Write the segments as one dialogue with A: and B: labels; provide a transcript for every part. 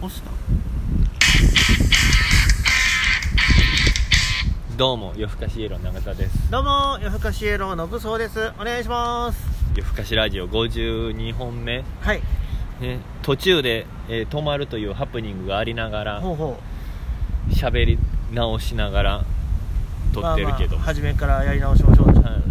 A: 押した
B: どうも夜更かしイエロー永田です
A: どうも夜更かしイエローの武装ですお願いします
B: 夜更かしラジオ52本目、
A: はい
B: ね、途中で、えー止まるというハプニングがありながら
A: ほうほ
B: 喋り直しながら
A: う
B: 撮ってるけ
A: まあま
B: ど、
A: あ初めからやり直しましょうってことでね、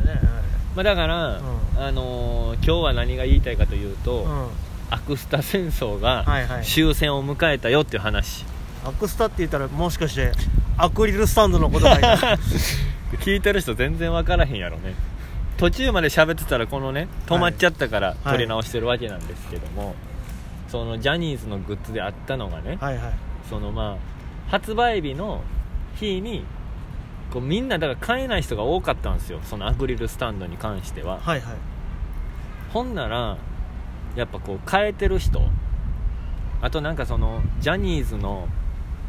B: まあだから、
A: うん
B: あのー今日は何が言いたいかというと、
A: うん
B: アクスタ戦争が
A: はいはい
B: 終戦を迎えたよっていう話、
A: アクスタって言ったらもしかしてアクリルスタンドのこと かいな
B: 聞いてる人全然分からへんやろね途中まで喋ってたらこのね止まっちゃったから
A: い
B: 撮り直してるわけなんですけども、そのジャニーズのグッズであったのがね、
A: はいはい
B: そのまあ発売日の日にこうみんなだから買えない人が多かったんですよそのアクリルスタンドに関しては
A: はいはい
B: ほんならやっぱこう買えてる人あとなんかそのジャニーズの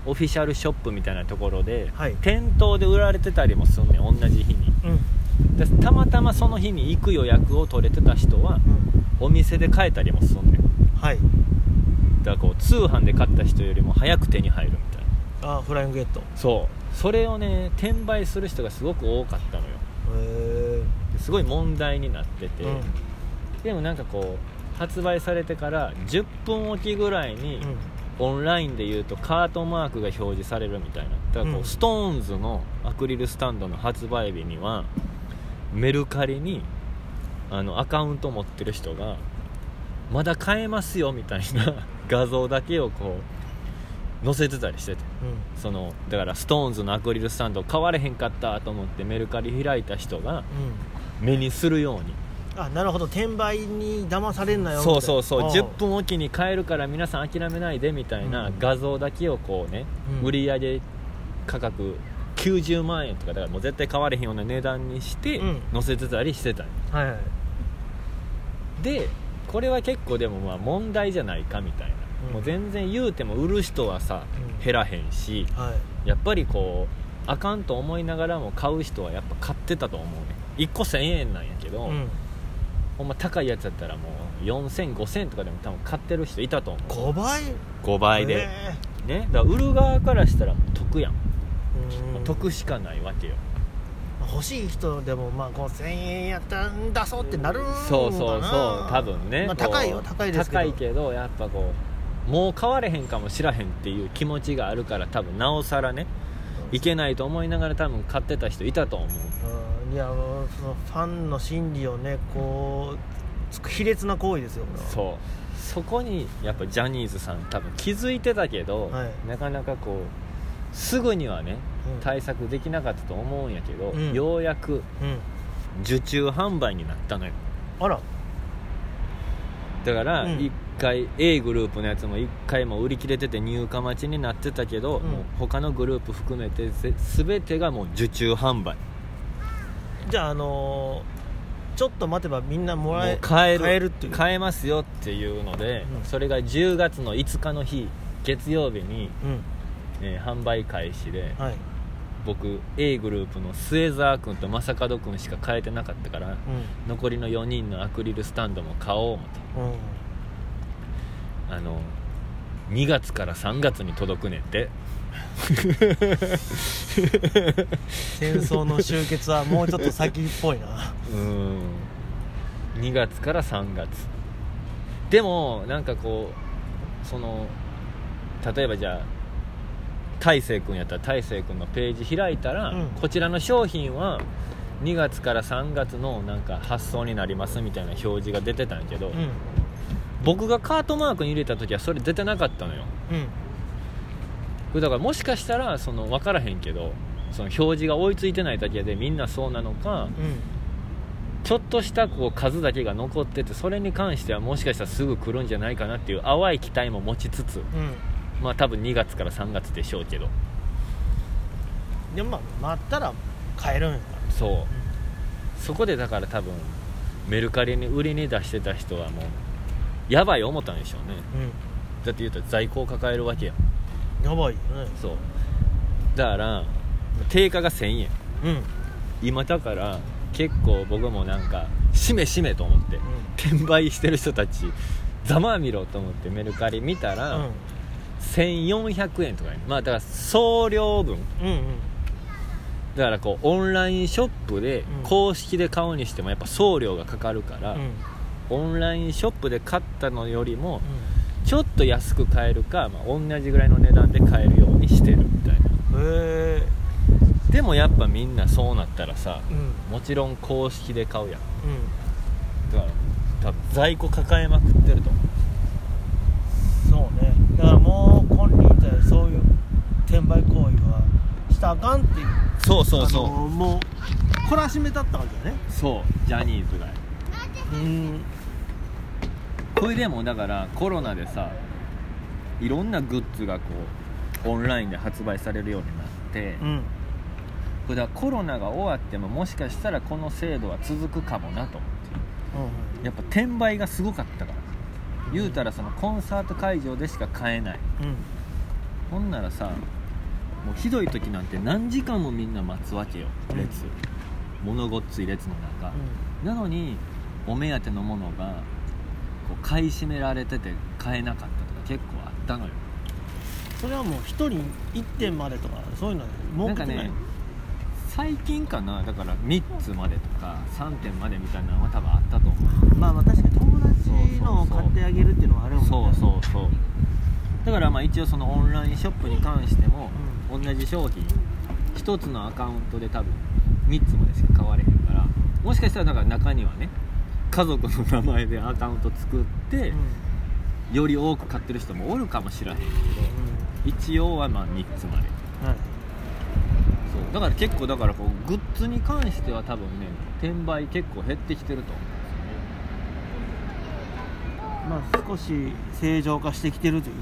B: オフィシャルショップみたいなところで、
A: はい
B: 店頭で売られてたりもすんねん同じ日に
A: うんうん
B: でたまたまその日に行く予約を取れてた人はお店で買えたりもすんねん
A: はい
B: だからこう通販で買った人よりも早く手に入るみたいな
A: あフライングゲットへ
B: そうそれをね転売する人がすごく多かったのよ
A: え
B: ですごい問題になってて、
A: うん
B: でもなんかこう発売されてから10分おきぐらいに、
A: うん
B: オンラインでいうとカートマークが表示されるみたいなだからこう、
A: うん
B: SixTONES のアクリルスタンドの発売日にはメルカリにあのアカウント持ってる人がまだ買えますよみたいな 画像だけをこう載せてたりしてて
A: うん
B: そのだから SixTONES のアクリルスタンド買われへんかったと思ってメルカリ開いた人が目にするように
A: うんあなるほど転売に騙されんなよ
B: そうそうそう10
A: 分
B: 分おきに買えるから皆さん諦めないでみたいな
A: うん
B: 画像だけをこうね、
A: うん
B: 売り上げ価格90万円とかだからもう絶対買われへんような値段にして
A: うん
B: 載せてたりしてたんよ
A: はいはい
B: でこれは結構でもまあ問題じゃないかみたいな、
A: うん
B: もう全然言うても売る人はさ
A: うん
B: 減らへんし
A: はい
B: やっぱりこうあかんと思いながらも買う人はやっぱ買ってたと思うね1個1000円なんやけど、
A: うん
B: ほんま高いやつだったらもう40005000とかでも多分買ってる人いたと思う
A: 5倍
B: 5倍で、
A: え
B: ねだから売る側からしたら得やん、
A: えうん
B: 得しかないわけよ
A: 欲しい人でもまあ5000円やったんだそうってなるんだな
B: そうそうそう多分ね、
A: まあ、
B: こう
A: 高いよ高いですけど
B: 高いけどやっぱこうもう買われへんかもしらへんっていう気持ちがあるから多分なおさらねいけないと思いながら多分買ってた人いたと思う
A: うんいやもうそのファンの心理をねこうつく卑劣な行為ですよこれは
B: そうそこにやっぱジャニーズさん多分気づいてたけど、
A: はい
B: なかなかこうすぐにはね
A: うん
B: 対策できなかったと思うんやけど、
A: うん
B: ようやく
A: うん
B: 受注販売になったのよ
A: あら
B: だから
A: うん
B: 1回 A グループのやつも1回も売り切れてて入荷待ちになってたけど、
A: うん
B: もう他のグループ含めてぜ全てがもう受注販売
A: じゃああのーちょっと待てばみんなもらえ
B: もう買える
A: 買えるっていう
B: 買えますよっていうので、
A: うん
B: それが10月の5日の日月曜日に、
A: うん
B: えー販売開始で
A: はい
B: 僕 A グループの末澤君と正門君しか買えてなかったから
A: う
B: 残りの4人のアクリルスタンドも買おう思って
A: んうん
B: あの2月から3月に届くねんって
A: 戦争の終結はもうちょっと先っぽい な
B: うーん2月から3月でもなんかこうその例えばじゃあ大勢君やったら大勢君のページ開いたら、
A: うん
B: こちらの商品は2月から3月のなんか発送になりますみたいな表示が出てたんやけど、
A: うん
B: 僕がカートマークに入れた時はそれ出てなかったのよ
A: うん
B: これだからもしかしたらその分からへんけどその表示が追いついてないだけでみんなそうなのか
A: うん
B: ちょっとしたこう数だけが残っててそれに関してはもしかしたらすぐ来るんじゃないかなっていう淡い期待も持ちつつ
A: うん
B: まあ多分2月から3月でしょうけど
A: でもまあ待ったら買えるんやから
B: そうそこでだから多分メルカリに売りに出してた人はもうやばい思ったんでしょうね
A: う
B: だって言うと在庫を抱えるわけやん
A: んやばいよね
B: そうだから定価が1000円
A: うんうん
B: 今だから結構僕もなんかしめしめと思って転売してる人たちざまあみろと思ってメルカリ見たら、
A: うん
B: 1400円とかやねまあだから送料分
A: うんうん
B: だからこうオンラインショップで
A: うん
B: 公式で買うにしてもやっぱ送料がかかるから、
A: うん
B: オンラインショップで買ったのよりもちょっと安く買えるか、まあ、同じぐらいの値段で買えるようにしてるみたいな
A: うんへえ
B: でもやっぱみんなそうなったらさ
A: うんうん
B: もちろん公式で買うやんだから多分在庫抱えまくってると思
A: そうねだからもう金輪際そういう転売行為はしたらあかんっていう
B: うそうそう
A: あの
B: そ
A: もう懲らしめたったわけだね
B: うそうジャニーズが
A: うん
B: これでもだからコロナでさいろんなグッズがこうオンラインで発売されるようになって、
A: うん
B: これだからコロナが終わってももしかしたらこの制度は続くかもなと思ってやっぱ転売がすごかったから言うたらそのコンサート会場でしか買えない
A: うん
B: ほんならさもうひどい時なんて何時間もみんな待つわけよ
A: うん
B: 列、物ごっつい列の中、なのにお目当てのものがこう買い占められてて買えなかったとか結構あったのよ
A: それはもう一人一点までとかそういうのは
B: な
A: 儲
B: ん
A: け
B: か
A: てない
B: ね最近かなだから3つまでとか3点までみたいなのは多分あったと思う
A: まあまあ確かに友達のを
B: そうそうそう
A: 買ってあげるっていうのはあるもんね
B: そうそうそうだからまあ一応そのオンラインショップに関しても同じ商品1つのアカウントで多分3つまでしか買われへんからもしかしたらだから中にはね家族の名前でアカウント作って、
A: うん
B: より多く買ってる人もおるかもしれへんけど
A: う
B: 一応はまあ3つまで
A: んはい
B: そうだから結構だからこうグッズに関しては多分ね転売結構減ってきてると思
A: まあ少し正常化してきてるという
B: う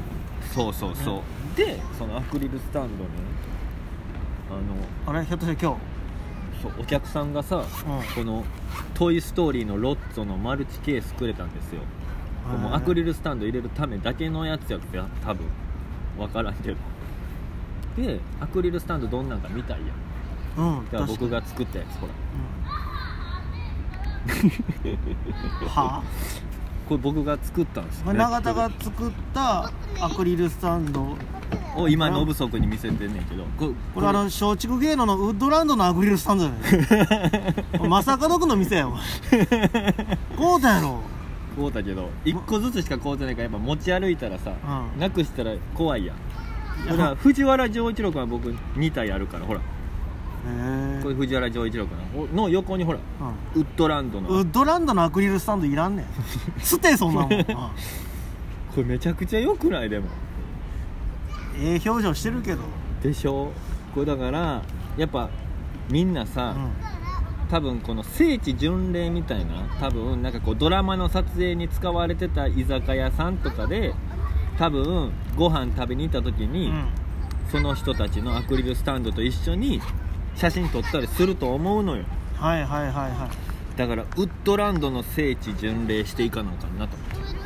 B: そうそうそう、でそのアクリルスタンドにあ
A: あれひょっとして今
B: のそうお客さんがさ
A: 日うん
B: この「トイ・ストーリー」のロッツォのマルチケースくれたんですよこのアクリルスタンド入れるためだけのやつやって多分分からんけどでアクリルスタンドどんなんか見たいやん
A: うん
B: だから僕
A: 確
B: が作ったやつほら
A: かにうんはあ
B: これ僕が作ったんです
A: まあ永田が作ったアクリルスタンド
B: を今ノブソクに見せてんねんけどこ
A: これあの松竹芸能のウッドランドのアクリルスタンドじゃ ないまさかどこの店やお前こうだやろ
B: 買うたけど1個ずつしか買うてないからやっぱ持ち歩いたらさ、
A: うん
B: なくしたら怖いやん
A: いや
B: ほら藤原丈一郎君は僕2体あるからほら
A: へえ
B: これ藤原丈一郎君のの横にほら
A: うん
B: ウッドランドの
A: ウ
B: こ
A: ッドランドのアクリルスタンドいらんねん捨てそんなもん、うん
B: れめちゃくちゃ良くないでも
A: ええ表情してるけど、
B: でしょこれだからやっぱみんな
A: う
B: さ、
A: ん、
B: 多分この聖地巡礼みたいな多分なんかこうドラマの撮影に使われてた居酒屋さんとかで多分ご飯食べに行った時に、
A: うん
B: その人たちのアクリルスタンドと一緒に写真撮ったりすると思うのよ
A: はいはいはいはい
B: だからウッドランドの聖地巡礼していかなあかんなと思って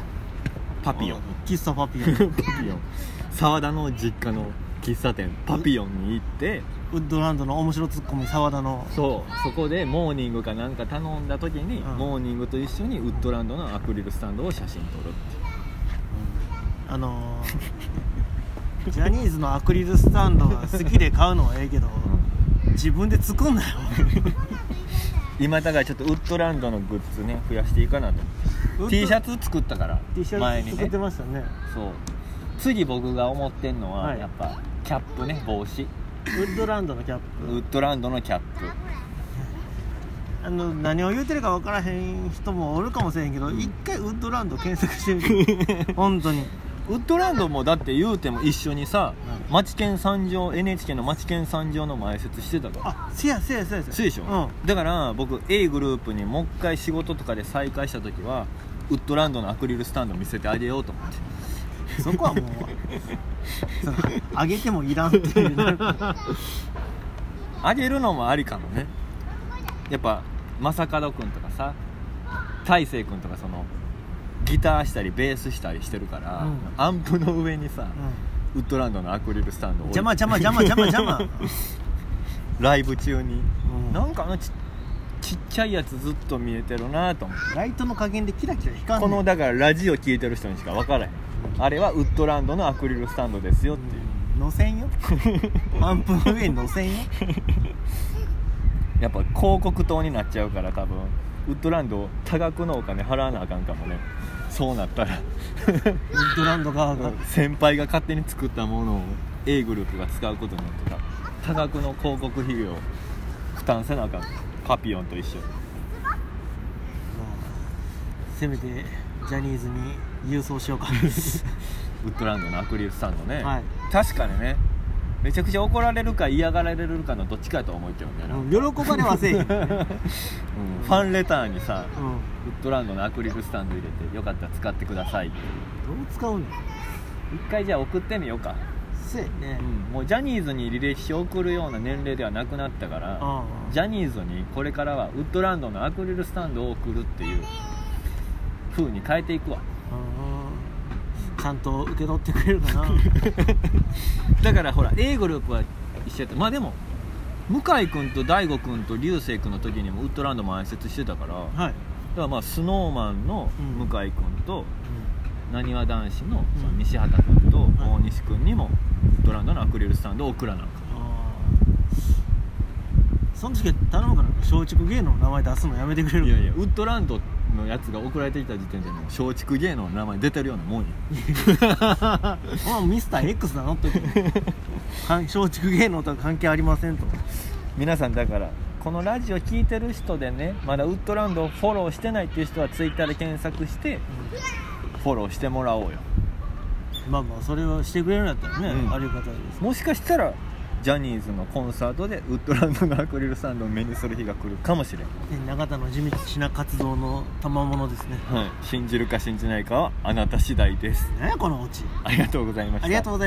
B: パピヨン
A: 喫茶パ ピオン
B: パピヨン沢田の実家の喫茶店パピヨンに行って
A: ウッドランドの面白ツッコミ澤田の
B: そうそこでモーニングかなんか頼んだ時に、
A: うん
B: モーニングと一緒にウッドランドのアクリルスタンドを写真撮るっ
A: あの ージャニーズのアクリルスタンドが好きで買うのはええけど
B: ていう、
A: 自分で作ん なよ
B: 今だからちょっとウッドランドのグッズね増やしていかなと思って T シャツ作ったから
A: T シ
B: 前
A: ャツ
B: に
A: 作っ
B: ね
A: てましたね
B: そう次僕が思ってんのは、
A: はい
B: やっぱキャップね帽子
A: ウッドランドのキャップ
B: ウッドランドのキャップ
A: あの何を言うてるか分からへん人もおるかもしれへんけど、一回ウッドランド検索してみ て本当に
B: ウッドランドもだって言うても一緒にさ
A: う
B: マチケン三条 NHK のマチケン三条の前説してたから
A: あせやせやせやせや
B: そうでしょ、
A: う
B: だから僕 A グループにもう一回仕事とかで再開した時はウッドランドのアクリルスタンド見せてあげようと思って
A: んそこ はもうそのあげてもいらんって いうなる
B: あげるのもありかもねやっぱ正門君とかさ大成君とかそのギターしたりベースしたりしてるから、
A: うん
B: アンプの上にさ、
A: うん
B: ウッドランドのアクリルスタンド置いて
A: 邪 魔邪魔邪魔邪魔邪魔、
B: ライブ中に、
A: うん
B: なんかあのちちっちゃいやつずっと見えてるなと思って
A: ライトの加減でキラキラ光
B: こ
A: んねん
B: のだからラジオ聞いてる人にしか分からへんあれはウッドランドのアクリルスタンドですよっていう
A: うん乗せ んよアンプの上に乗せんよ
B: やっぱ広告塔になっちゃうから多分ウッドランド多額のお金払わなあかんかもねそうなったら
A: ウッドランド側が
B: 先輩が勝手に作ったものを A グループが使うことになってた多額の広告費用を負担せなあかんパピオンと一緒
A: せめてジャニーズに郵送し ようか
B: ウッドランドのアクリルスタンドね、
A: はい
B: 確かにねめちゃくちゃ怒られるか嫌がられるかのどっちかやと思うけどね、うん
A: 喜ばれはせえへん、うん、
B: ファンレターにさウッドランドのアクリルスタンド入れてよかったら使ってくださいって
A: どう使うの
B: 一回じゃあ送ってみようか
A: せえね、
B: もうジャニーズに履歴書を送るような年齢ではなくなったから
A: ああ
B: ジャニーズにこれからはウッドランドのアクリルスタンドを送るっていう風に変えていくわ
A: ちゃんと受け取ってくれる かな
B: だからほら A グループは一緒やったまあでも向井君と大悟君と流星君の時にもウッドランドも挨拶してたからだか
A: はい、
B: らまあ SnowMan の向井君となにわ男子のその西畑君と大西君にもウッドランドのアクリルスタンドを送らなあかん
A: ああその時は頼むから松竹芸能の名前出すのやめてくれる
B: いやいやウッドランドのやつが送られてきた時点でもう松竹芸能の名前出てるようなもんや
A: あミスター X だなと 関松竹芸能とは関係ありませんと
B: 皆さんだからこのラジオ聞いてる人でねまだウッドランドをフォローしてないっていう人はツイッターで検索してフォローしてもらおうよ
A: まあまあそれはしてくれるんだったらね、
B: うん
A: ありがたいです
B: もしかしたらジャニーズのコンサートでウッドランドのアクリルスタンドを目にする日が来るかもしれん、
A: で長田の地道な活動の賜物ですね
B: 信じるか信じないかはあなた次第です
A: 何やこのオチ
B: ありがとうございました
A: ありがとうございました